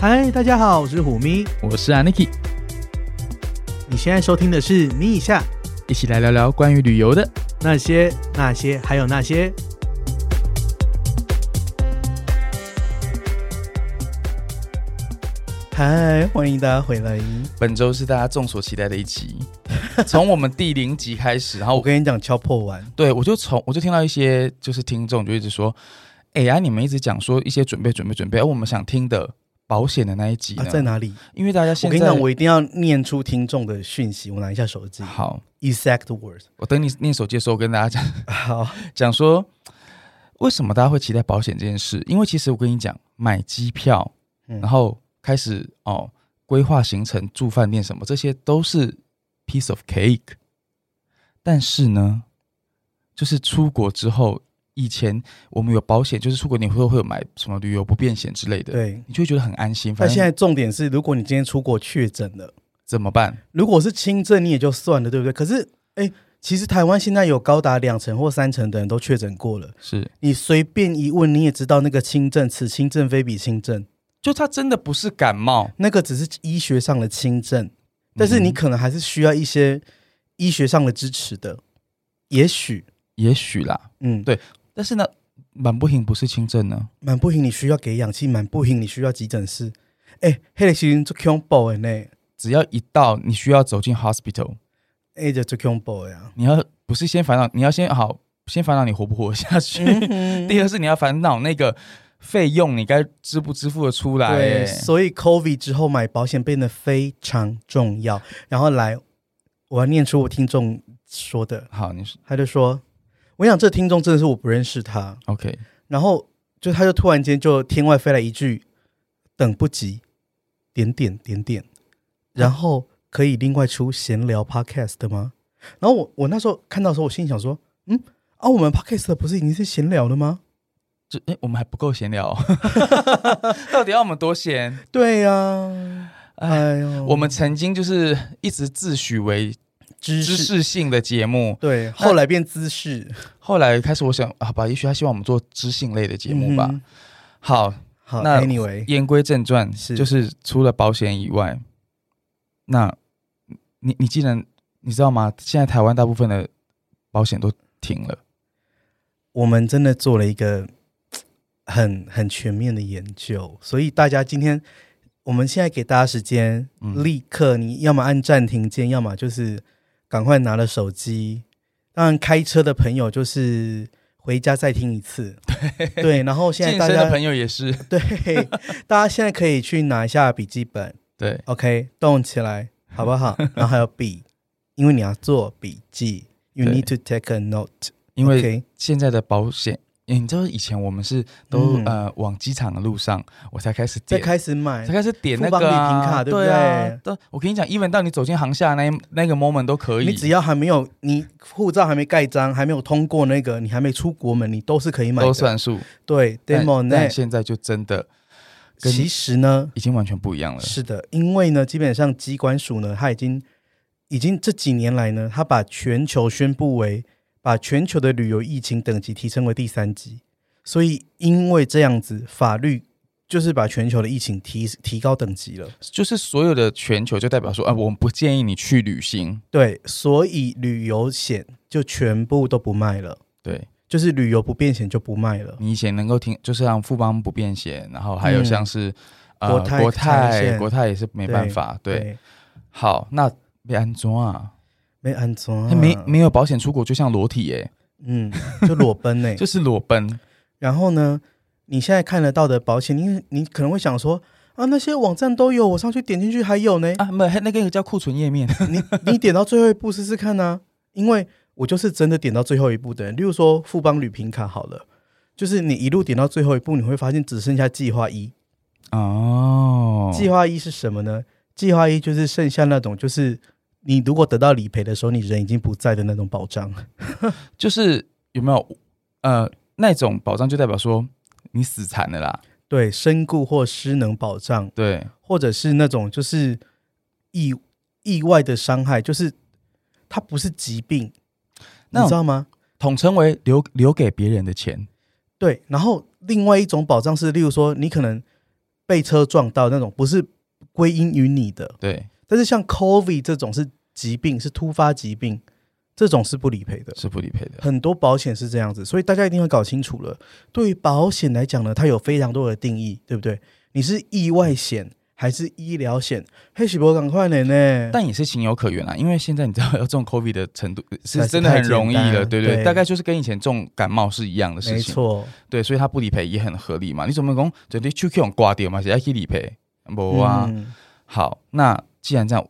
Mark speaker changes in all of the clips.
Speaker 1: 嗨，大家好，我是虎咪。
Speaker 2: 我是 Aniki，
Speaker 1: 你现在收听的是《咪一下
Speaker 2: 一起来聊聊关于旅游的。
Speaker 1: 那些那些还有那些》。
Speaker 3: 嗨，欢迎大家回来。
Speaker 2: 本周是大家众所期待的一集， 从我们第零集开始，然后
Speaker 3: 我
Speaker 2: 我
Speaker 3: 跟你讲，敲破完，
Speaker 2: 对我就从我就听到一些就是听众就一直说，哎呀，你们一直讲说一些准备准备准备，而我们想听的保险的那一集呢
Speaker 3: 啊，，在哪里？
Speaker 2: 因为大家
Speaker 3: 我
Speaker 2: 现在
Speaker 3: 跟你讲，我一定要念出听众的讯息。我拿一下手机
Speaker 2: 好，
Speaker 3: ，exact word。
Speaker 2: 我等你念手机的时候，我跟大家讲。
Speaker 3: 好，
Speaker 2: 讲说为什么大家会期待保险这件事？因为其实我跟你讲，买机票，
Speaker 3: 嗯
Speaker 2: 然后开始哦规划行程、住饭店什么，这些都是 piece of cake。但是呢，就是出国之后，以前我们有保险，就是出国你会会有买什么旅游不便险之类的，，
Speaker 3: 对。
Speaker 2: 你就会觉得很安心。
Speaker 3: 那
Speaker 2: 反
Speaker 3: 现
Speaker 2: 正
Speaker 3: 在重点是，如果你今天出国确诊了，
Speaker 2: 怎么办？
Speaker 3: 如果是轻症，你也就算了，对不对？可是，哎，其实台湾现在有高达两成或三成的人都确诊过了，
Speaker 2: 是，
Speaker 3: 你随便一问，你也知道那个轻症，此轻症非彼轻症，
Speaker 2: 就它真的不是感冒，
Speaker 3: 那个只是医学上的轻症。但是你
Speaker 2: 嗯
Speaker 3: 可能还是需要一些医学上的支持的，也许，
Speaker 2: 也许啦，
Speaker 3: 嗯，
Speaker 2: 对但是呢，满不行不是轻症呢。
Speaker 3: 蛮不行，你需要给氧气，蛮不行，你需要急诊室。哎、迄个时阵做恐怖的呢，
Speaker 2: 只要一到你需要走进 hospital，
Speaker 3: 哎就做恐怖的啊。
Speaker 2: 你要不是先烦恼，你要先好先烦恼你活不活下去。
Speaker 3: 嗯
Speaker 2: 第二是你要烦恼那个费用，你该支不支付的出来、
Speaker 3: 对，
Speaker 2: 欸。
Speaker 3: 所以 COVID 之后买保险变得非常重要。然后来，我要念出我听众说的，
Speaker 2: 好，你是
Speaker 3: 他就说，我想这听众真的是我不认识他，
Speaker 2: OK，
Speaker 3: 然后就他就突然间就天外飞来一句，等不及，点点点点，然后可以另外出闲聊 podcast 的吗？然后我我那时候看到的时候，我心里想说，嗯啊，我们 podcast 不是已经是闲聊了吗？
Speaker 2: 这哎、我们还不够 闲聊、到底要我们多闲？
Speaker 3: 对呀、
Speaker 2: 哎，
Speaker 3: 哎呦，
Speaker 2: 我们曾经就是一直自诩为
Speaker 3: 知
Speaker 2: 知识性的节目，
Speaker 3: 对，后来变姿势
Speaker 2: 后来开始我想，啊好吧，也许他希望我们做知性类的节目吧。
Speaker 3: 嗯哼
Speaker 2: 好，
Speaker 3: 好
Speaker 2: 那
Speaker 3: ，anyway，
Speaker 2: 言归正传，
Speaker 3: 是
Speaker 2: 就是除了保险以外，那你你既然你知道吗？现在台湾大部分的保险都停了，
Speaker 3: 我们真的做了一个很很全面的研究，所以大家今天我们现在给大家时间，
Speaker 2: 嗯
Speaker 3: 立刻你要么按暂停键，要么就是赶快拿了手机。当然，开车的朋友就是回家再听一 次，对然后现在
Speaker 2: 健
Speaker 3: 大
Speaker 2: 身 的
Speaker 3: 家
Speaker 2: 朋友也是
Speaker 3: 对大家现在可以去拿一下笔记本
Speaker 2: 对。
Speaker 3: ，OK，动起来好不 好？然后还有笔，因为你要做笔记，You
Speaker 2: 对
Speaker 3: need to take a note，
Speaker 2: 因为
Speaker 3: OK
Speaker 2: 现在的保险，诶你知道以前我们是都、
Speaker 3: 嗯
Speaker 2: 呃往机场的路上，我才开始
Speaker 3: 再
Speaker 2: 点，
Speaker 3: 开始买
Speaker 2: 才。开始点那个、
Speaker 3: 富邦旅
Speaker 2: 啊、
Speaker 3: 平卡对不对
Speaker 2: 啊，都我跟你讲，even 到你走进航厦那一那个 moment 都可以，
Speaker 3: 你只要还没有你护照还没盖章，还没有通过那个，你还没出国门，你都是可以买的。
Speaker 2: 都算数。
Speaker 3: 对
Speaker 2: 但
Speaker 3: ，demo 呢
Speaker 2: 但？现在就真的跟
Speaker 3: 其实呢，
Speaker 2: 已经完全不一样了。
Speaker 3: 是的，因为呢，基本上机关署呢，它已经已经这几年来呢，它把全球宣布为把全球的旅游疫情等级提升为第三级，所以因为这样子，法律就是把全球的疫情提提高等级了。
Speaker 2: 就是所有的全球就代表说，啊，我们不建议你去旅行。
Speaker 3: 对，所以旅游险就全部都不卖了，
Speaker 2: 对
Speaker 3: 就是旅游不便险就不卖了。
Speaker 2: 你以前能够听，就是像富邦不便险，然后还有
Speaker 3: 嗯
Speaker 2: 像是、
Speaker 3: 国
Speaker 2: 呃
Speaker 3: 泰
Speaker 2: 国
Speaker 3: 产
Speaker 2: 泰，
Speaker 3: 险
Speaker 2: 国泰也是没办法。对，
Speaker 3: 对
Speaker 2: 好，那被安装啊，
Speaker 3: 没安装、
Speaker 2: 他 没没有保险出国，就像裸体耶、
Speaker 3: 嗯，就裸奔欸呢、
Speaker 2: 就是裸奔。
Speaker 3: 然后呢，你现在看得到的保险，你你可能会想说啊，那些网站都有，我上去点进去还有呢。
Speaker 2: 啊，没那个叫库存页面，
Speaker 3: 你 你点到最后一步试试看呢、因为我就是真的点到最后一步的人。例如说富邦旅平卡好了，就是你一路点到最后一步，你会发现只剩下计划一。
Speaker 2: 哦，
Speaker 3: 计划一是什么呢？计划一就是剩下那种就是。你如果得到理赔的时候，你人已经不在的那种保障，
Speaker 2: 就是有没有呃那种保障，就代表说你死缠了啦。
Speaker 3: 对身故或失能保障，
Speaker 2: 对，
Speaker 3: 或者是那种就是意意外的伤害，就是它不是疾病，你
Speaker 2: 那
Speaker 3: 知
Speaker 2: 种
Speaker 3: 道吗？
Speaker 2: 统称为留留给别人的钱。
Speaker 3: 对。然后另外一种保障是，例如说你可能被车撞到那种，不是归因于你的。
Speaker 2: 对，
Speaker 3: 但是像 COVID 这种是疾病，是突发疾病，这种是不理赔的。
Speaker 2: 是不理赔的。
Speaker 3: 很多保险是这样子，所以大家一定要搞清楚了。对于保险来讲呢，它有非常多的定义，对不对？你是意外险还是医疗险？黑喜博赶快点呢！
Speaker 2: 但也是情有可原啊啦，因为现在你知道要中 COVID 的程度
Speaker 3: 那
Speaker 2: 是
Speaker 3: 是
Speaker 2: 真的
Speaker 3: 太
Speaker 2: 很
Speaker 3: 简
Speaker 2: 容易
Speaker 3: 单
Speaker 2: 了，
Speaker 3: 了
Speaker 2: 对对，
Speaker 3: 对
Speaker 2: 大概就是跟以前中感冒是一样的事
Speaker 3: 没
Speaker 2: 情，
Speaker 3: 错，
Speaker 2: 对，所以他不理赔也很合理嘛。你怎么讲，就你手机用挂掉嘛，谁要去理赔？不啊，
Speaker 3: 嗯
Speaker 2: 好，那既然这样，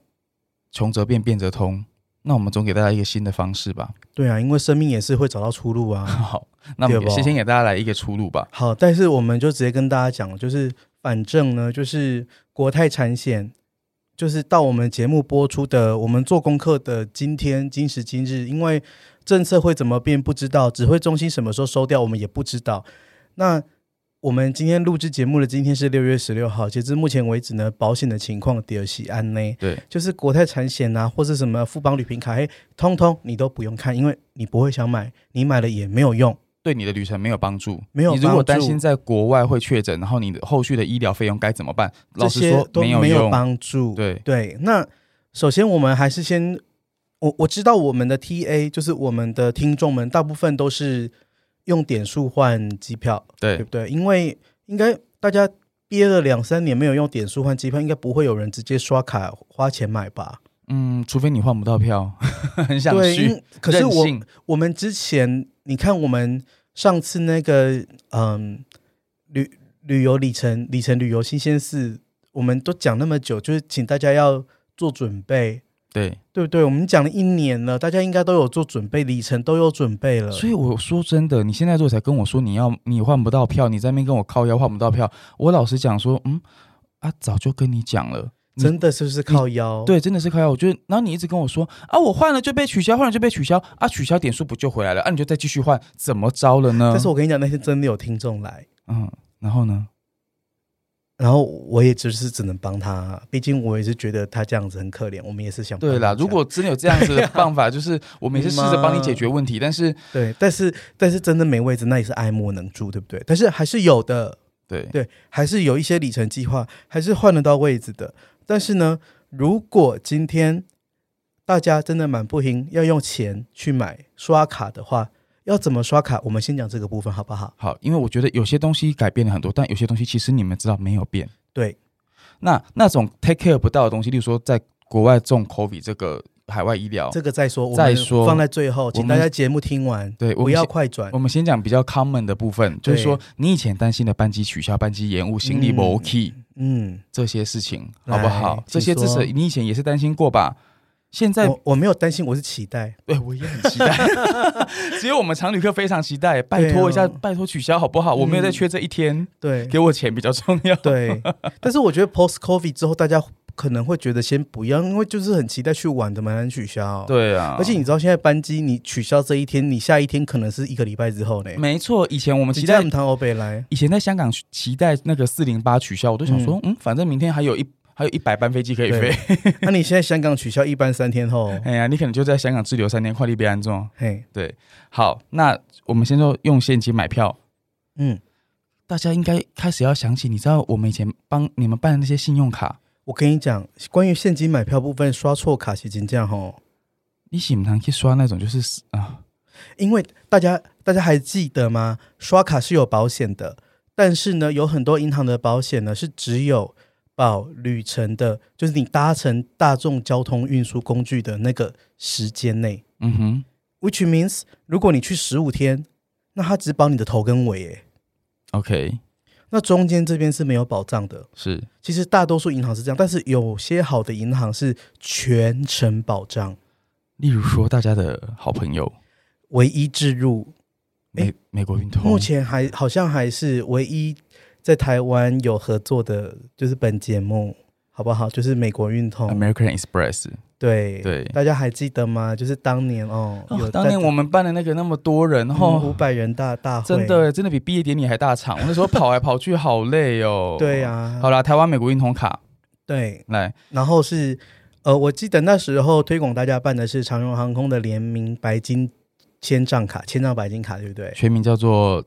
Speaker 2: 穷则变，变则通，那我们总给大家一个新的方式吧。
Speaker 3: 对啊，因为生命也是会找到出路啊。
Speaker 2: 好，那我们
Speaker 3: 对吧
Speaker 2: 先先给大家来一个出路吧。
Speaker 3: 好，但是我们就直接跟大家讲，就是反正呢，就是国泰产险，就是到我们节目播出的，我们做功课的今天今时今日，因为政策会怎么变不知道，指挥中心什么时候收掉我们也不知道。那我们今天录制节目的今天是六月十六号，截至目前为止呢，保险的情况第二喜安呢，
Speaker 2: 对，
Speaker 3: 就是国泰产险啊，或是什么富邦旅平卡，嘿，通通你都不用看，因为你不会想买，你买了也没有用。
Speaker 2: 对你的旅程没有帮助。
Speaker 3: 没有
Speaker 2: 你如
Speaker 3: 帮助
Speaker 2: 果担心在国外会确诊，然后你的后续的医疗费用该怎么办？老
Speaker 3: 这
Speaker 2: 实
Speaker 3: 些
Speaker 2: 说，
Speaker 3: 都
Speaker 2: 有
Speaker 3: 没有
Speaker 2: 用。
Speaker 3: 帮助。
Speaker 2: 对
Speaker 3: 那首先我们还是先，我我知道我们的 TA 就是我们的听众们，大部分都是用点数换机票，对
Speaker 2: 对
Speaker 3: 不对？因为应该大家憋了两三年没有用点数换机票，应该不会有人直接刷卡花钱买吧？
Speaker 2: 嗯，除非你换不到票， 很想
Speaker 3: 对，
Speaker 2: 去。
Speaker 3: 因可是
Speaker 2: 任
Speaker 3: 我
Speaker 2: 性
Speaker 3: 我们之前你看我们上次那个嗯旅旅游里程里程旅游新鲜事，我们都讲那么久，就是请大家要做准备，
Speaker 2: 对，
Speaker 3: 对不对？我们讲了一年了，大家应该都有做准备，里程都有准备了。
Speaker 2: 所以我说真的，你现在如果才跟我说你要你换不到票，你在那边跟我靠腰换不到票，我老实讲说，嗯啊，早就跟你讲了。你
Speaker 3: 真的是不是靠腰？，
Speaker 2: 对，啊真的是靠腰。我觉得，然后你一直跟我说啊，我换了就被取消，换了就被取消啊，取消点数不就回来了啊？你就再继续换，怎么着了呢？
Speaker 3: 但是我跟你讲，那天真的有听众来，
Speaker 2: 嗯，然后呢？
Speaker 3: 然后我也只是只能帮他，毕竟我也是觉得他这样子很可怜，我们也是想帮
Speaker 2: 对啦，
Speaker 3: 他
Speaker 2: 如果真的有这样子
Speaker 3: 对
Speaker 2: 的
Speaker 3: 啊
Speaker 2: 办法，就是我们也是试着帮你解决问题，但是
Speaker 3: 对，但是但是真的没位置，那也是爱莫能助，对不对？但是还是有的，
Speaker 2: 对
Speaker 3: 对，还是有一些里程计划，还是换得到位置的。但是呢，如果今天大家真的蛮不行，要用钱去买刷卡的话，要怎么刷卡？我们先讲这个部分好不好？
Speaker 2: 好，因为我觉得有些东西改变了很多，但有些东西其实你们知道没有变。
Speaker 3: 对，
Speaker 2: 那那种 take care 不到的东西，例如说在国外中 COVID 这个海外医疗，
Speaker 3: 这个再说，我
Speaker 2: 再
Speaker 3: 们
Speaker 2: 说
Speaker 3: 放在最后，
Speaker 2: 我
Speaker 3: 请
Speaker 2: 们
Speaker 3: 大家节目听完，
Speaker 2: 对，我
Speaker 3: 不
Speaker 2: 们
Speaker 3: 要
Speaker 2: 先
Speaker 3: 快转
Speaker 2: 我。们先讲比较 common 的部分，就是
Speaker 3: 对
Speaker 2: 说你以前担心的班机取消、班机延误、行李
Speaker 3: 嗯
Speaker 2: o key
Speaker 3: 嗯，
Speaker 2: 这些事情，
Speaker 3: 来
Speaker 2: 好不好？
Speaker 3: 请
Speaker 2: 这些知
Speaker 3: 说
Speaker 2: 识你以前也是担心过吧？现在
Speaker 3: 我我没有担心，我是期待。
Speaker 2: 对，我也很 期待。只有我们常旅客非常期待，拜托一下，
Speaker 3: 对啊嗯
Speaker 2: 拜托取消好不好？我没有在缺这一天，
Speaker 3: 对，
Speaker 2: 给我钱比较重要。
Speaker 3: 对，啊但是我觉得 post COVID 之后，大家可能会觉得先不要，因为就是很期待去玩的，蛮难取消。，
Speaker 2: 对啊，
Speaker 3: 而且你知道现在班机你取消这一天，你下一天可能是一个礼拜之后呢。
Speaker 2: 没错，以前我们期
Speaker 3: 期待我
Speaker 2: 待
Speaker 3: 们，谈欧北 来，
Speaker 2: 以前在香港期待那个四零八取消，我都想说，嗯，反正明天还有一还有一百班飞机可以
Speaker 3: 对
Speaker 2: 飞。
Speaker 3: 那你现在香港取消一般三天后，
Speaker 2: 哎呀，你可能就在香港滞留三天，快递被安装。
Speaker 3: 嘿，
Speaker 2: 对，好，那我们先说用现金买票。
Speaker 3: 嗯，
Speaker 2: 大家应该开始要想起，你知道我们以前帮你们办的那些信用卡，
Speaker 3: 我跟你讲，关于现金买票部分，刷错卡是真这样吼，
Speaker 2: 你喜不喜欢去刷那种就是啊，
Speaker 3: 因为大家大家还记得吗？刷卡是有保险的，但是呢，有很多银行的保险呢是只有保旅程的，就是你搭乘大众交通运输工具的那个时间内
Speaker 2: 嗯哼，
Speaker 3: ，which means 如果你去十五天，那它只保你的头跟尾，诶，
Speaker 2: OK，
Speaker 3: 那中间这边是没有保障的。
Speaker 2: 是
Speaker 3: 其实大多数银行是这样，但是有些好的银行是全程保障，
Speaker 2: 例如说大家的好朋友
Speaker 3: 唯一置入
Speaker 2: 美、美国运通，
Speaker 3: 目前还好像还是唯一在台湾有合作的，就是本节目，好不好？就是美国运通，
Speaker 2: American Express，
Speaker 3: 对
Speaker 2: 对
Speaker 3: 大家还记得吗？就是当年哦，有嗯
Speaker 2: 哦、当年我们办的那个那么多人，哦然后、
Speaker 3: 五百人大大啊会，
Speaker 2: 真的真的比毕业典礼还大场，我那时候跑来跑去好累哦。
Speaker 3: 对、啊，
Speaker 2: 好啦，台湾美国运通卡
Speaker 3: 对，
Speaker 2: 来，
Speaker 3: 然后是呃，我记得那时候推广大家办的是长荣航空的联名白金千账卡，千张白金卡，对不对？
Speaker 2: 全名叫做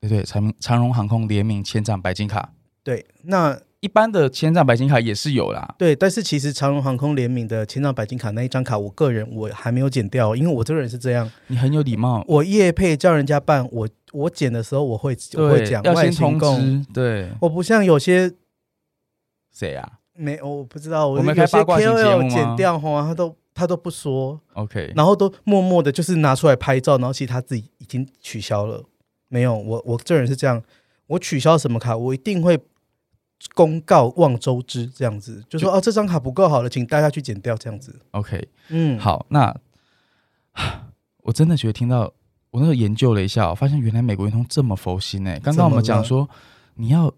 Speaker 2: 对对，长长荣航空联名千丈白金卡，
Speaker 3: 对，那
Speaker 2: 一般的千丈白金卡也是有啦。
Speaker 3: 对，但是其实长荣航空联名的千张白金卡那一张卡，我个人我还没有剪掉，因为我这个人是这样，
Speaker 2: 你很有礼貌，
Speaker 3: 我业配叫人家办，我我剪的时候我会 我会
Speaker 2: 对，
Speaker 3: 讲
Speaker 2: 要
Speaker 3: 外
Speaker 2: 先
Speaker 3: 星
Speaker 2: 通
Speaker 3: 共，
Speaker 2: 知。对，
Speaker 3: 我不像有些
Speaker 2: 谁啊
Speaker 3: 没我不知道，
Speaker 2: 我们
Speaker 3: 有
Speaker 2: 开
Speaker 3: 些
Speaker 2: 八卦型节目
Speaker 3: KOL
Speaker 2: 吗
Speaker 3: 剪掉哈，他都他都不说，
Speaker 2: ？OK，
Speaker 3: 然后都默默的就是拿出来拍照，然后其实他自己已经取消了。没有，我我这人是这样，我取消什么卡，我一定会公告望周知，这样子就说哦，这张卡不够好了，请大家去剪掉，这样子。
Speaker 2: OK，
Speaker 3: 嗯，，
Speaker 2: 好，那 我真的觉得听到我那时候研究了一下哦、发现原来美国运通这么佛心哎、刚刚我们讲说你要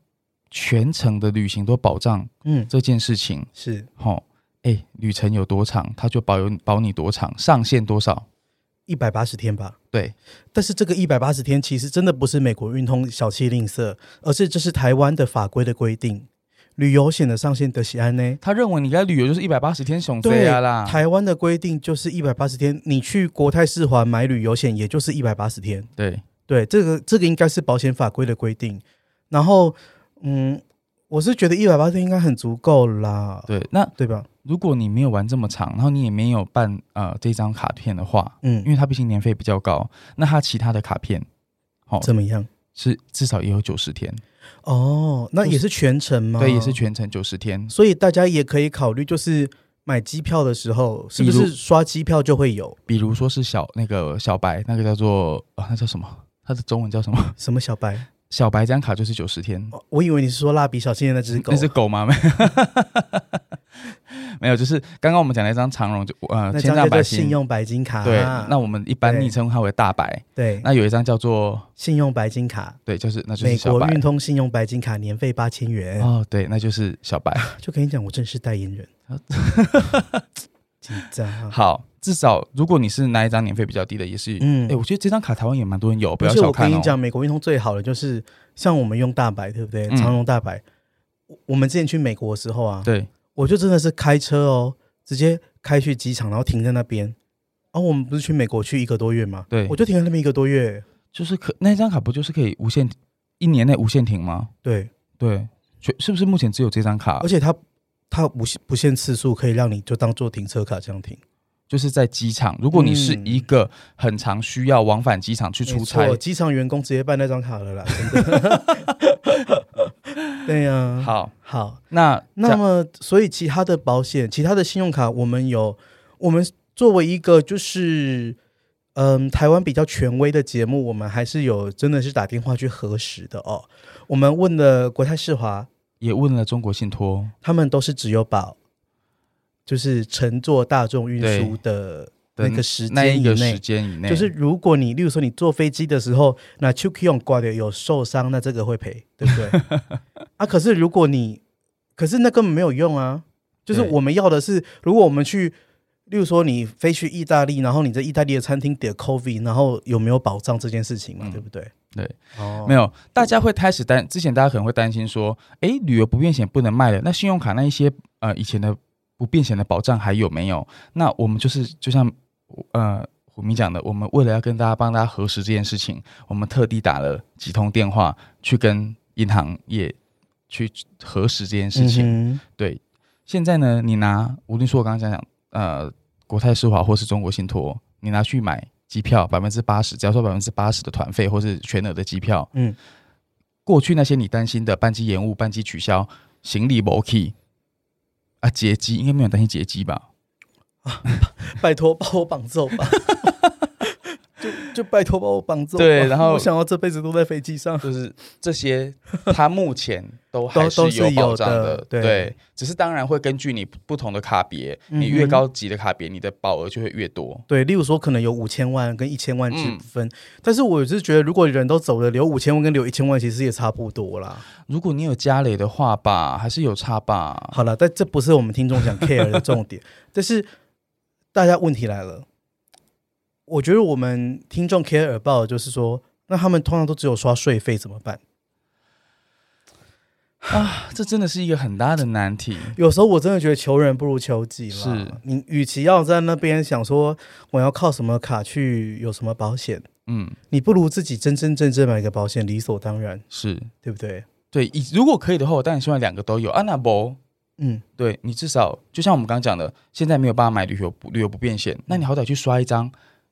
Speaker 2: 全程的旅行都保障
Speaker 3: 嗯，
Speaker 2: 这件事情，
Speaker 3: 是
Speaker 2: 吼，哎、旅程有多长，它就保有保你多长，上限多少？
Speaker 3: 一百八十天吧。
Speaker 2: 对，
Speaker 3: 但是这个一百八十天其实真的不是美国运通小气吝啬，而是这是台湾的法规的规定，旅游险的上限得喜安呢。
Speaker 2: 他认为你该旅游就是一百八十天熊
Speaker 3: 对
Speaker 2: 贼啊啦，
Speaker 3: 台湾的规定就是一百八十天，你去国泰世华买旅游险也就是一百八十天。
Speaker 2: 对，
Speaker 3: 对，这个这个应该是保险法规的规定。然后，嗯，我是觉得一百八十天应该很足够啦，
Speaker 2: 对，那
Speaker 3: 对吧？
Speaker 2: 如果你没有玩这么长，然后你也没有办呃这张卡片的话，因
Speaker 3: 嗯，
Speaker 2: 为它毕竟年费比较高，那它其他的卡片，好、
Speaker 3: 怎么样？
Speaker 2: 是至少也有九十天，
Speaker 3: 哦，那也是全程吗？
Speaker 2: 对，也是。全程九十天。
Speaker 3: 所以大家也可以考虑，就是买机票的时候，是不
Speaker 2: 比如
Speaker 3: 是刷机票就会有
Speaker 2: 比如说是小那个小白，那个叫做啊，那叫什么？它的中文叫什么？
Speaker 3: 什么小白？
Speaker 2: 小白这张卡就是九十天。
Speaker 3: 哦我以为你是说蜡笔小新的那只狗，
Speaker 2: 那是狗吗？ 没有，没有，就是刚刚我们讲那张长荣就呃
Speaker 3: 那
Speaker 2: 千
Speaker 3: 张
Speaker 2: 丈
Speaker 3: 叫
Speaker 2: 白
Speaker 3: 做
Speaker 2: 星
Speaker 3: 信用白金卡。
Speaker 2: 对，那我们一般
Speaker 3: 对
Speaker 2: 昵称它为大白。
Speaker 3: 对
Speaker 2: 那有一张叫做
Speaker 3: 信用白金卡，
Speaker 2: 对，就是那就是
Speaker 3: 美
Speaker 2: 小
Speaker 3: 国
Speaker 2: 白
Speaker 3: 运通信用白金卡年费八千元，
Speaker 2: 哦，对，那就是小 白。
Speaker 3: 就跟你讲，我真是代言人， 紧张啊！
Speaker 2: 啊好，至少如果你是拿一张年费比较低的，也是，哎、
Speaker 3: 嗯
Speaker 2: 我觉得这张卡台湾也蛮多人有，不
Speaker 3: 而
Speaker 2: 要
Speaker 3: 且
Speaker 2: 小
Speaker 3: 我
Speaker 2: 看
Speaker 3: 跟
Speaker 2: 哦
Speaker 3: 你。讲，美国运通最好的就是像我们用大白，对不对？
Speaker 2: 嗯
Speaker 3: 长荣大白，我我们之前去美国的时候啊，
Speaker 2: 对，
Speaker 3: 我就真的是开车哦，直接开去机场，然后停在那边。然、后我们不是去美国去一个多月吗？
Speaker 2: 对
Speaker 3: 我就停在那边一个多月。
Speaker 2: 就是可那张卡不就是可以无限一年内无限停吗？
Speaker 3: 对，
Speaker 2: 对，全是不是目前只有这张卡
Speaker 3: 而？且它它不限不限次数，可以让你就当做停车卡这样停。
Speaker 2: 就是在机场，如果你是
Speaker 3: 嗯
Speaker 2: 一个很常需要往返机场去出差
Speaker 3: 没，错机场员工直接办那张卡了啦，真的。 对啊呀、
Speaker 2: 好，
Speaker 3: 好，
Speaker 2: 嗯那
Speaker 3: 那么，所以其他的保险、其他的信用卡，我们有，我们作为一个就是，嗯，台湾比较权威的节目，我们还是有真的是打电话去核实的哦。我们问了国泰世华，
Speaker 2: 也问了中国信托，
Speaker 3: 他们都是只有保，就是乘坐大众运输的
Speaker 2: 对
Speaker 3: 那个时
Speaker 2: 那
Speaker 3: 间
Speaker 2: 一
Speaker 3: 以
Speaker 2: 个
Speaker 3: 内
Speaker 2: 时。间以内，
Speaker 3: 就是如果你，例如说你坐飞机的时候，那 c h u k y o n 挂的有受伤，那这个会赔，对不 对？啊，可是如果你，可是那根本没有用啊。就是
Speaker 2: 对
Speaker 3: 我们要的是，如果我们去，例如说你飞去意大利，然后你在意大利的餐厅点 COVID，然后有没有保障这件事情嘛，
Speaker 2: 嗯
Speaker 3: 对不对？
Speaker 2: 对，
Speaker 3: 哦
Speaker 2: 没有，大家会开始担，之前大家可能会担心说，诶，旅游不便险不能卖了，那信用卡那一些呃以前的不便险的保障还有没有？那我们就是就像呃虎明讲的，我们为了要跟大家帮大家核实这件事情，我们特地打了几通电话去跟银行业去核实这件事情。
Speaker 3: 嗯哼
Speaker 2: 对，现在呢，你拿无论说我刚刚讲讲，呃，国泰世华或是中国信托，你拿去买机票，百分之八十，只要说百分之八十的团费或是全额的机票，
Speaker 3: 嗯，
Speaker 2: 过去那些你担心的班机延误、班机取消、行李没 key 啊，劫机应该没有担心劫机吧？
Speaker 3: 拜托把我绑走吧， 就就拜托把我绑走吧。
Speaker 2: 对然后
Speaker 3: 我想要这辈子都在飞机上。
Speaker 2: 就是这些，它目前都还
Speaker 3: 都
Speaker 2: 有
Speaker 3: 是
Speaker 2: 保
Speaker 3: 有
Speaker 2: 障
Speaker 3: 的对
Speaker 2: 对，只是当然会根据你不同的卡别，你
Speaker 3: 嗯
Speaker 2: 越
Speaker 3: 哼
Speaker 2: 高级的卡别，你的保额就会越多。
Speaker 3: 对，例如说可能有五千万跟一千万之
Speaker 2: 嗯
Speaker 3: 分，但是我是觉得，如果人都走了，留五千万跟留一千万其实也差不多啦。
Speaker 2: 如果你有家累的话吧，还是有差吧。
Speaker 3: 好了，但这不是我们听众想 care 的重点，但是大家问题来了，我觉得我们听众 care about 的就是说，那他们通常都只有刷税费怎么办？
Speaker 2: 这真的是一个很大的难题。
Speaker 3: 有时候我真的觉得求人不如求己啦。
Speaker 2: 是
Speaker 3: 你与其要在那边想说我要靠什么卡去有什么保险，
Speaker 2: 嗯，
Speaker 3: 你不如自己真真正正买个保险，理所当然，
Speaker 2: 是
Speaker 3: 对不对？
Speaker 2: 对，以如果可以的话，我当然希望两个都有啊。那不，
Speaker 3: 嗯，
Speaker 2: 对你至少就像我们刚刚讲的，现在没有办法买旅游不旅游不便
Speaker 3: 嗯
Speaker 2: 险，那你好歹去刷一张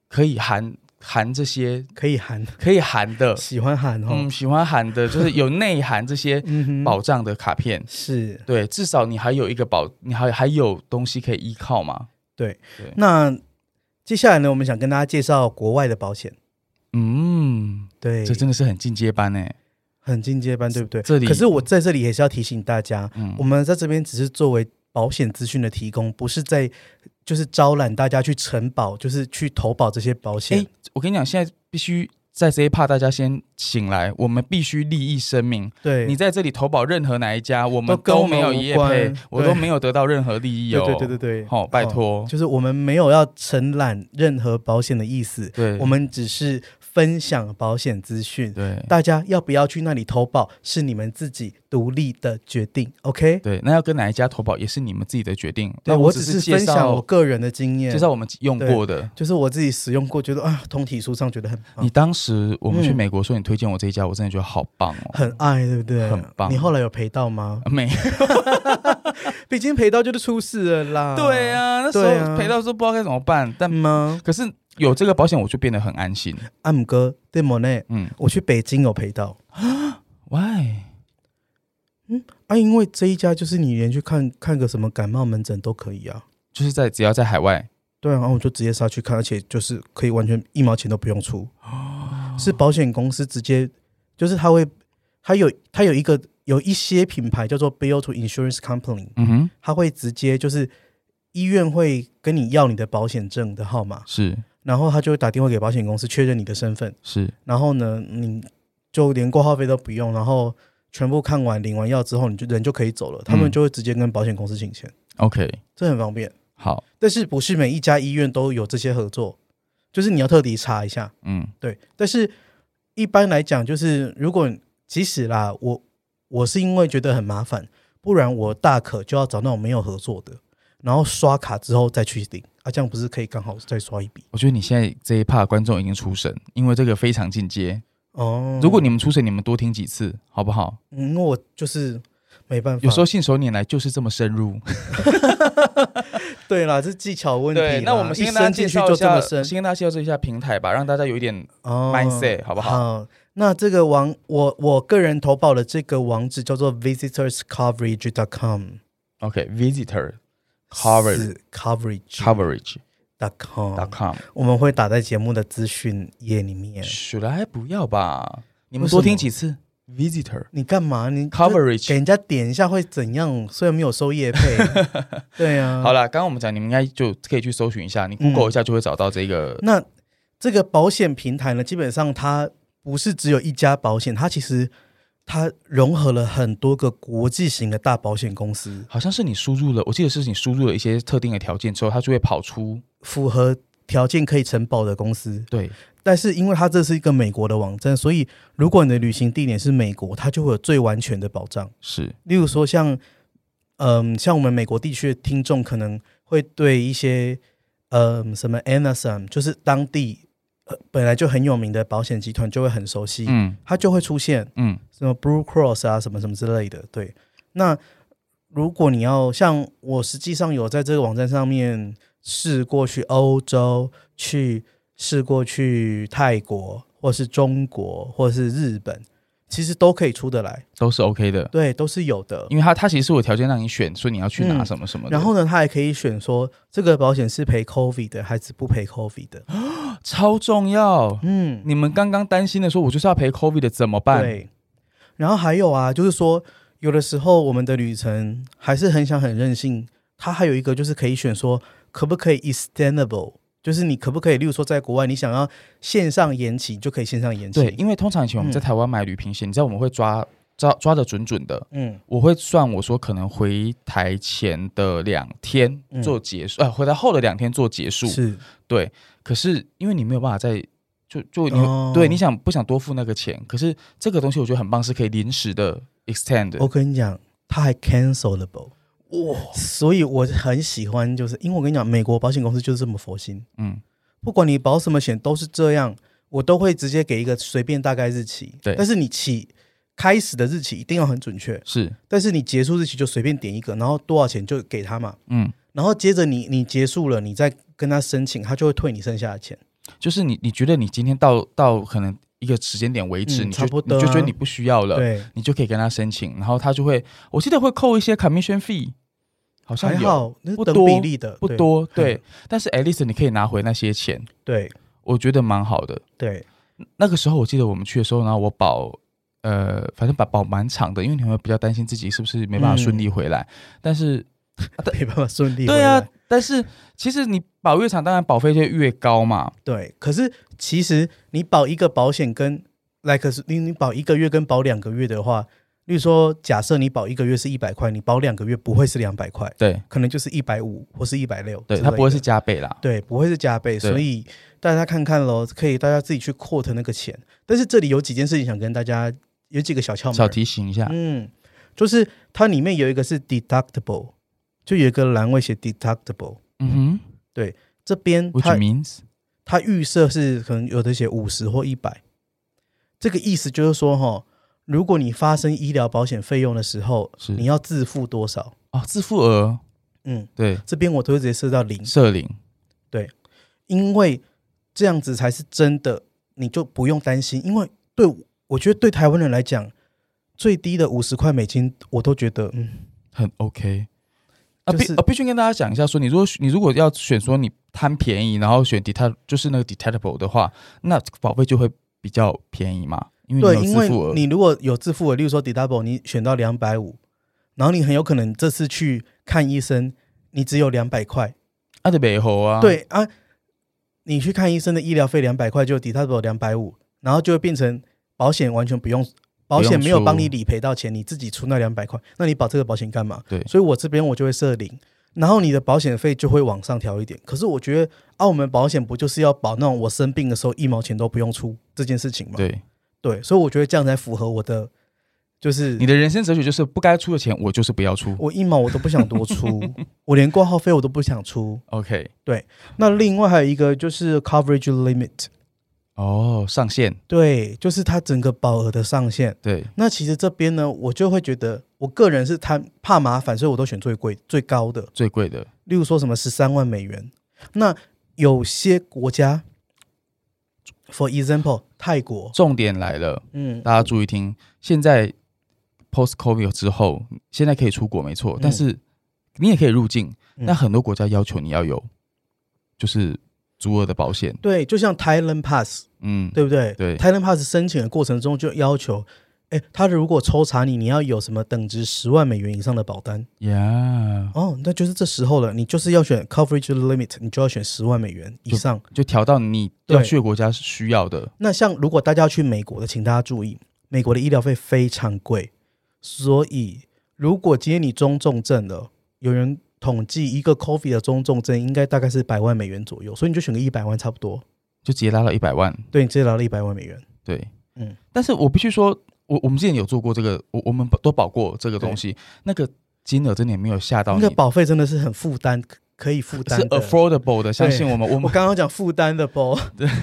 Speaker 2: 可以含含 这些
Speaker 3: 可以喊，
Speaker 2: 可以含的，
Speaker 3: 喜欢喊哦，
Speaker 2: 嗯，喜欢含的就是有内涵这些
Speaker 3: 嗯哼
Speaker 2: 保障的卡
Speaker 3: 嗯
Speaker 2: 片。
Speaker 3: 是
Speaker 2: 对，至少你还有一个保，你还还有东西可以依靠嘛。
Speaker 3: 那接下来呢，我们想跟大家介绍国外的保险，
Speaker 2: 嗯，
Speaker 3: 对，
Speaker 2: 这真的是很进阶班哎。
Speaker 3: 很进阶班，对不对？
Speaker 2: 这里
Speaker 3: 可是我在这里也是要提醒大家，
Speaker 2: 嗯
Speaker 3: 我们在这边只是作为保险资讯的提供，不是在就是招揽大家去承保，就是去投保这些保险
Speaker 2: 哎。我跟你讲，现在必须在这一 part 大家先醒来，我们必须利益生命。
Speaker 3: 对，
Speaker 2: 你在这里投保任何哪一家，我们
Speaker 3: 都跟我们
Speaker 2: 没有
Speaker 3: 无
Speaker 2: 业
Speaker 3: 关
Speaker 2: 配
Speaker 3: 对，
Speaker 2: 我都没有得到任何利益
Speaker 3: 对
Speaker 2: 哦。
Speaker 3: 对对对对，
Speaker 2: 好、拜
Speaker 3: 哦，
Speaker 2: 托，
Speaker 3: 就是我们没有要承揽任何保险的意思，
Speaker 2: 对，
Speaker 3: 我们只是分享保险资讯。
Speaker 2: 对
Speaker 3: 大家要不要去那里投保，是你们自己独立的决定。OK，
Speaker 2: 对，那要跟哪一家投保也是你们自己的决定。
Speaker 3: 对
Speaker 2: 那
Speaker 3: 我
Speaker 2: 只
Speaker 3: 是
Speaker 2: 介
Speaker 3: 分享我
Speaker 2: 绍
Speaker 3: 个人的经验
Speaker 2: 介，绍我们用过的。
Speaker 3: 就是我自己使用过，觉得啊，通体舒畅，觉得很棒
Speaker 2: 你当时我们去
Speaker 3: 嗯
Speaker 2: 美国说你推荐我这一家，我真的觉得好棒 哦。
Speaker 3: 很爱，对不对？
Speaker 2: 很棒
Speaker 3: 你后来有赔到吗？
Speaker 2: 没
Speaker 3: 毕竟赔到就是出事了啦。
Speaker 2: 对啊，那时
Speaker 3: 对啊
Speaker 2: 候赔到说不知道该怎么办，但
Speaker 3: 嗯吗？
Speaker 2: 可是有这个保险，我就变得很安心。
Speaker 3: 阿姆哥，啊对莫内，
Speaker 2: 嗯
Speaker 3: 我去北京有赔到
Speaker 2: ，Why？
Speaker 3: 啊，因为这一家就是你连去看看个什么感冒门诊都可以啊。
Speaker 2: 就是在只要在海外，
Speaker 3: 对啊，然后我就直接杀去看，而且就是可以完全一毛钱都不用出，是保险公司直接，就是他会，他有他有一个有一些品牌叫做 Bill to Insurance Company，
Speaker 2: 嗯哼，
Speaker 3: 他会直接就是医院会跟你要你的保险证的号码，
Speaker 2: 是
Speaker 3: 然后他就会打电话给保险公司确认你的身份，
Speaker 2: 是，
Speaker 3: 然后呢，你就连挂号费都不用，然后全部看完领完药之后，你就人就可以走了，他们
Speaker 2: 嗯
Speaker 3: 就会直接跟保险公司请钱，
Speaker 2: OK，
Speaker 3: 这很方便。
Speaker 2: 好，
Speaker 3: 但是不是每一家医院都有这些合作，就是你要特地查一下。
Speaker 2: 嗯
Speaker 3: 对，但是一般来讲，就是如果即使啦，我我是因为觉得很麻烦，不然我大可就要找那种没有合作的，然后刷卡之后再去领啊，这样不是可以刚好再刷一笔
Speaker 2: 我觉得你现在这一趴观众已经出神，因为这个非常进阶。
Speaker 3: 哦？
Speaker 2: 如果你们出神，你们多听几次好不好？
Speaker 3: 嗯，那我就是没办法，
Speaker 2: 有时候信手拈来就是这么深入。
Speaker 3: 对啦，这技巧问题啦。
Speaker 2: 对，那我们先
Speaker 3: 一
Speaker 2: 跟大家
Speaker 3: 伸进
Speaker 2: 介
Speaker 3: 去
Speaker 2: 绍
Speaker 3: 就
Speaker 2: 一
Speaker 3: 这么
Speaker 2: 下，
Speaker 3: 深
Speaker 2: 先跟大家介绍一下平台吧，让大家有一点
Speaker 3: 哦
Speaker 2: mindset 好不好？
Speaker 3: 那这个网，我我个人投保的这个网址叫做 visitorscoverage.com，
Speaker 2: OK，visitor coverage
Speaker 3: 是 coverage
Speaker 2: coverage
Speaker 3: dot com，
Speaker 2: dot com。
Speaker 3: 我们会打在节目的资讯页里面。
Speaker 2: 雪莱不要吧？你
Speaker 3: 为
Speaker 2: 们
Speaker 3: 什
Speaker 2: 多听
Speaker 3: 么
Speaker 2: 几次 visitor
Speaker 3: 你干嘛？你
Speaker 2: Coverage
Speaker 3: 给人家点一下会怎样？虽然没有收 业配，对啊。
Speaker 2: 好，了，刚刚我们讲，你们应该就可以去搜寻一下，你
Speaker 3: 嗯
Speaker 2: Google 一下就会找到这个。
Speaker 3: 那这个保险平台呢，基本上它不是只有一家保险，它其实它融合了很多个国际型的大保险公司，
Speaker 2: 好像是你输入了，我记得是你输入了一些特定的条件之后，它就会跑出。
Speaker 3: 符合条件可以承保的公司。
Speaker 2: 对，
Speaker 3: 但是因为它这是一个美国的网站，所以如果你的旅行地点是美国，它就会有最完全的保障。
Speaker 2: 是，
Speaker 3: 例如说像，嗯、像我们美国地区的听众可能会对一些，嗯、什么 Anasam，就是当地、呃、本来就很有名的保险集团就会很熟悉，
Speaker 2: 嗯
Speaker 3: 它就会出现
Speaker 2: 嗯，
Speaker 3: 什么 Blue Cross 啊，什么什么之类的。对，那如果你要像我，实际上有在这个网站上面试过去欧洲，去试过去泰国，或是中国，或是日本，其实都可以出得来，
Speaker 2: 都是 OK 的，
Speaker 3: 对，都是有的。
Speaker 2: 因为它它其实是有条件让你选，所以你要去拿
Speaker 3: 嗯
Speaker 2: 什么什么的。
Speaker 3: 然后呢，他还可以选说这个保险是赔 COVID 的还是不赔 COVID 的。
Speaker 2: 超重要，
Speaker 3: 嗯，
Speaker 2: 你们刚刚担心的说，我就是要赔 COVID 的怎么办？
Speaker 3: 对。然后还有啊，就是说有的时候我们的旅程还是很想很任性，它还有一个就是可以选说可不可以 extendable，就是你可不可以，例如说在国外你想要线上延期你就可以线上延期。
Speaker 2: 对，因为通常以前我们在
Speaker 3: 嗯
Speaker 2: 台湾买旅平险，你知道我们会抓抓抓的准准的，
Speaker 3: 嗯
Speaker 2: 我会算我说可能回台前的两天
Speaker 3: 嗯
Speaker 2: 做结束，呃，回台后的两天做结束。
Speaker 3: 是
Speaker 2: 对，可是因为你没有办法在就就你、
Speaker 3: 哦
Speaker 2: 对你想不想多付那个钱？可是这个东西我觉得很棒，是可以临时的 extend 的。
Speaker 3: 我跟你讲，它还 cancelable。哇！所以我很喜欢，就是因为我跟你讲，美国保险公司就是这么佛心，
Speaker 2: 嗯，
Speaker 3: 不管你保什么险都是这样，我都会直接给一个随便大概日期。
Speaker 2: 对
Speaker 3: 但是你起开始的日期一定要很准确，
Speaker 2: 是，
Speaker 3: 但是你结束日期就随便点一个，然后多少钱就给他嘛。
Speaker 2: 嗯，
Speaker 3: 然后接着你你结束了，你再跟他申请，他就会退你剩下的钱。
Speaker 2: 就是你你觉得你今天到到可能一个时间点为止，
Speaker 3: 嗯
Speaker 2: 你就
Speaker 3: 差不多啊
Speaker 2: 你就觉得你不需要了，
Speaker 3: 对，
Speaker 2: 你就可以跟他申请，然后他就会，我记得会扣一些 commission fee，好像
Speaker 3: 还
Speaker 2: 有
Speaker 3: 好，那
Speaker 2: 不
Speaker 3: 是等
Speaker 2: 多
Speaker 3: 比例的，
Speaker 2: 不
Speaker 3: 对嗯
Speaker 2: 多，对，但是 at least 你可以拿回那些钱，
Speaker 3: 对
Speaker 2: 我觉得蛮好的。
Speaker 3: 对，
Speaker 2: 那个时候我记得我们去的时候，然后我保呃，反正保保蛮长的，因为你会比较担心自己是不是没办法顺利回来。但是
Speaker 3: 没办法顺利。
Speaker 2: 对啊，，但是其实你保越长，当然保费就越高嘛。
Speaker 3: 对。可是其实你保一个保险跟 like 是你你保一个月跟保两个月的话，例如说假设你保一个月是一百块，你保两个月不会是两百块，
Speaker 2: 对，
Speaker 3: 可能就是一百五或是一百六。
Speaker 2: 对，它不会是。加倍啦。
Speaker 3: 对，不会是加倍，
Speaker 2: 对
Speaker 3: 所以大家看看喽，可以大家自己去 quote 那个钱。但是这里有几件事情想跟大家，有几个小窍门
Speaker 2: 小
Speaker 3: 儿，
Speaker 2: 提醒一下，
Speaker 3: 嗯，就是它里面有一个是 deductible，就有一个栏位写 deductible，
Speaker 2: 嗯哼
Speaker 3: 这边
Speaker 2: ，which
Speaker 3: 它
Speaker 2: means
Speaker 3: 它预设是可能有的写五十或一百，这个意思就是说哈，如果你发生医疗保险费用的时候，
Speaker 2: 是
Speaker 3: 你要自付多少？
Speaker 2: 哦，自付额，
Speaker 3: 嗯，
Speaker 2: 对，
Speaker 3: 这边我都会直接设到零，
Speaker 2: 社领，
Speaker 3: 因为这样子才是真的，你就不用担心。因为对我我觉得对台湾人来讲，最低的五十块美金，我都觉得嗯
Speaker 2: 很 OK。啊，
Speaker 3: 就
Speaker 2: 必
Speaker 3: 是
Speaker 2: 啊，必须跟大家讲一下，说你如果你如果要选说你贪便宜，然后选 detect 就是那个 detectable 的话，那保费就会比较便宜嘛，因为
Speaker 3: 对，
Speaker 2: 你
Speaker 3: 因
Speaker 2: 有自
Speaker 3: 为
Speaker 2: 付额。
Speaker 3: 你如果有自付额，例如说 deductible，你选到两百五，然后你很有可能这次去看医生，你只有两百块。
Speaker 2: 啊，对北猴啊，，
Speaker 3: 对啊，你去看医生的医疗费两百块，就 deductible 两百五，然后就会变成保险完全不用，保险没有帮你理赔到钱，你自己出那两百块，那你保这个保险干嘛？
Speaker 2: 对
Speaker 3: 所以我这边我就会设零。然后你的保险费就会往上调一点，可是我觉得澳门保险不就是要保那种我生病的时候一毛钱都不用出这件事情吗？
Speaker 2: 对，
Speaker 3: 对，所以我觉得这样才符合我的，就是
Speaker 2: 你的人生哲学就是不该出的钱我就是不要出。
Speaker 3: 我一毛我都不想多出， 我连挂号费我都不想出。
Speaker 2: OK，
Speaker 3: 那另外还有一个就是 coverage limit，
Speaker 2: 哦，上限，
Speaker 3: 对，就是它整个保额的上限。
Speaker 2: 对，
Speaker 3: 那其实这边呢，我就会觉得，我个人是贪怕麻烦，所以我都选最贵最高的，
Speaker 2: 最贵的，
Speaker 3: 例如说什么十三万美元。那有些国家，for example，泰国，
Speaker 2: 重点来了，
Speaker 3: 嗯，
Speaker 2: 大家注意听，现在 post COVID 之后，现在可以出国没错
Speaker 3: 嗯，
Speaker 2: 但是你也可以入境，
Speaker 3: 嗯
Speaker 2: 那很多国家要求你要有，就是足额的保险，
Speaker 3: 对，就像 Thailand Pass，
Speaker 2: 嗯，
Speaker 3: 对不对？
Speaker 2: 对
Speaker 3: t a l e n Pass 申请的过程中就要求，哎，他如果抽查你，你要有什么等值十万美元以上的保单
Speaker 2: 呀，
Speaker 3: 哦，那就是这时候了，你就是要选 coverage limit，你就要选十万美元以上。
Speaker 2: 就调到你
Speaker 3: 对
Speaker 2: 要去的国家是需要的，
Speaker 3: 那像如果大家要去美国的，请大家注意，美国的医疗费非常贵，所以如果今天你中重症了，有人统计一个 COVID 的中重症应该大概是百万美元左右，所以你就选个一百万差不多，
Speaker 2: 就直接拉到一百万，
Speaker 3: 对你直接拿了一百万美元。
Speaker 2: 对，
Speaker 3: 嗯
Speaker 2: 嗯，但是我必须说，我我们之前有做过这个，我我们都保过这个东西，那个金额真的也没有吓到
Speaker 3: 那
Speaker 2: 你，
Speaker 3: 个保费真的是很负担，可可以负担
Speaker 2: 是
Speaker 3: 的。
Speaker 2: affordable 的，相信我们，我
Speaker 3: 我
Speaker 2: 们
Speaker 3: 刚刚讲负担的包，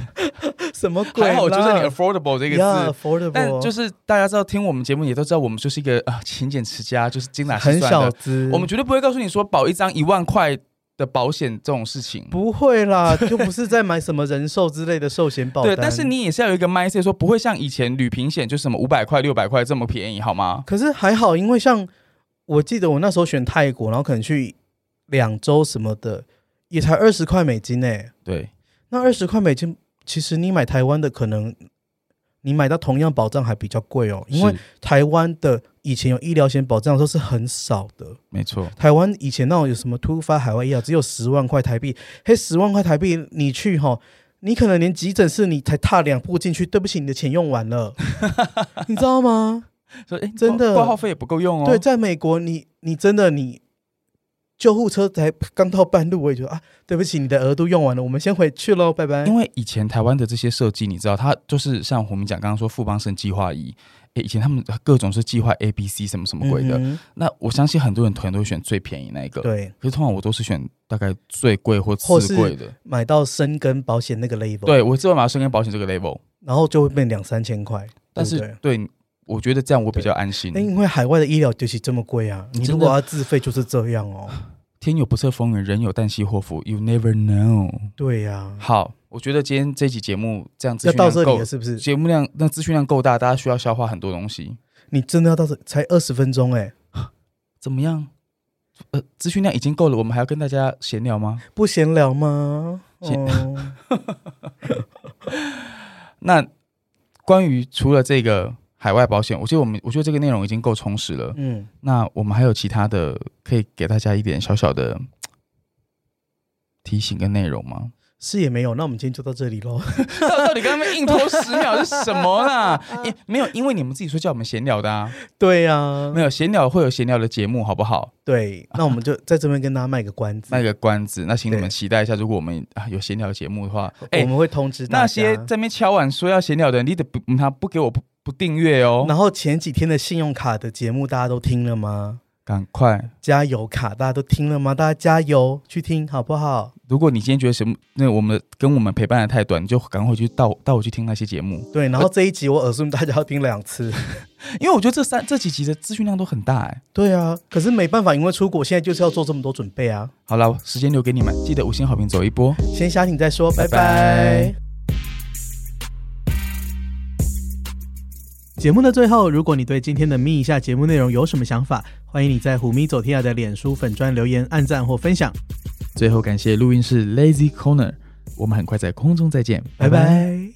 Speaker 3: 什么鬼啦？
Speaker 2: 还好，就是你 affordable 这个字。
Speaker 3: affordable，
Speaker 2: 但就是是大家知道听我们节目也都知道，我们就是一个啊勤俭持家，就是精打细
Speaker 3: 很
Speaker 2: 算
Speaker 3: 小
Speaker 2: 的。
Speaker 3: 资，
Speaker 2: 我们绝对不会告诉你说保一张一万块的保险这种事情。
Speaker 3: 不会啦，就不是在买什么人寿之类的寿险保单。
Speaker 2: 对，但是你也是要有一个 mindset，说不会像以前旅平险就是什么五百块、六百块这么便宜，好吗？
Speaker 3: 可是还好，因为像我记得我那时候选泰国，然后可能去两周什么的，也才二十块美金诶、
Speaker 2: 对，
Speaker 3: 那二十块美金，其实你买台湾的可能。你买到同样保障还比较贵哦，因为
Speaker 2: 是
Speaker 3: 台湾的以前有医疗险保障的时候是很少的，
Speaker 2: 没错，
Speaker 3: 台湾以前那种有什么突发海外医疗，只有十万块台币，嘿，十万块台币你去哈，你可能连急诊室你才踏两步进去，对不起，你的钱用完了，你知道吗？
Speaker 2: 说哎，
Speaker 3: 真的
Speaker 2: 挂挂号费也不够用哦。
Speaker 3: 对，在美国你你真的你救护车才刚到半路，我也觉得啊，对不起，你的额度用完了，我们先回去喽，拜拜
Speaker 2: 因。为以前台湾的这些设计，你知道，它就是像我们讲刚刚说富邦生计划一，诶，以前他们各种是计划 A、B、C 什么什么鬼的。
Speaker 3: 嗯
Speaker 2: 那我相信很多人可能都会选最便宜那一个
Speaker 3: 哼、，对，
Speaker 2: 可是通常我都是选大概最贵或
Speaker 3: 或是
Speaker 2: 次贵的。
Speaker 3: 买到生根保险那个 label，，
Speaker 2: 对，我只有买到生跟保险这个 level，
Speaker 3: 然后就会变两三千块，
Speaker 2: 但是
Speaker 3: 对不对
Speaker 2: 对我觉得这样我比较安心
Speaker 3: 那。因为海外的医疗就是这么贵啊，
Speaker 2: 嗯你
Speaker 3: 你
Speaker 2: 真
Speaker 3: 如果
Speaker 2: 的
Speaker 3: 要自费就是这样哦。
Speaker 2: 天有不测风云，人有旦夕祸福，You never know。
Speaker 3: 对呀，
Speaker 2: 好，我觉得今天这期节目这样资
Speaker 3: 要
Speaker 2: 讯
Speaker 3: 到
Speaker 2: 量
Speaker 3: 这里
Speaker 2: 够
Speaker 3: 了，是不是？
Speaker 2: 节目量那资讯量够大，大家需要消化很多东西。
Speaker 3: 你真的要到这才二十分钟哎，
Speaker 2: 怎么样？呃，资讯量已经够了，我们还要跟大家闲聊吗？
Speaker 3: 不闲聊 吗？
Speaker 2: 闲
Speaker 3: 哦，
Speaker 2: 那关于除了这个海外保险，我觉得我们我觉得这个内容已经够充实了。
Speaker 3: 嗯，
Speaker 2: 那我们还有其他的可以给大家一点小小的嘖提醒跟内容吗？
Speaker 3: 是也没有。那我们今天就到这里喽。
Speaker 2: 到底刚刚硬拖十秒是什么啦？ 因没有，因为你们自己说叫我们闲聊的啊，
Speaker 3: 对呀
Speaker 2: 没，有闲聊会有闲聊的节目，好不好？
Speaker 3: 对，那我们就在这边跟大家卖个关子
Speaker 2: 卖，个关子，那请你们
Speaker 3: 对
Speaker 2: 期待一下，如果我们啊有闲聊节目的话，哎、
Speaker 3: 我们会通知大家
Speaker 2: 那些在那边敲碗说要闲聊的，你得不嗯他不给我不不订阅哦，
Speaker 3: 然后前几天的信用卡的节目大家都听了吗？
Speaker 2: 赶快
Speaker 3: 加油卡大家都听了吗？大家加油去听好不好？
Speaker 2: 如果你今天觉得什么，那我们跟我们陪伴的太短，你就赶快回去倒倒回去听那些节目，
Speaker 3: 对，然后这一集我耳顺大家要听两 次。
Speaker 2: 因为我觉得这三这几集的资讯量都很大哎、
Speaker 3: 对啊，可是没办法，因为出国现在就是要做这么多准备啊。
Speaker 2: 好了，时间留给你们，记得五星好评走一波。
Speaker 3: 先下停再说，拜
Speaker 2: 拜
Speaker 3: 拜
Speaker 2: 拜
Speaker 1: 节目的最后，如果你对今天的咪一下节目内容有什么想法，欢迎你在虎咪走天涯的脸书粉砖留言、按赞或分享。
Speaker 2: 最后感谢录音室 Lazy Corner，我们很快在空中再见，
Speaker 3: 拜拜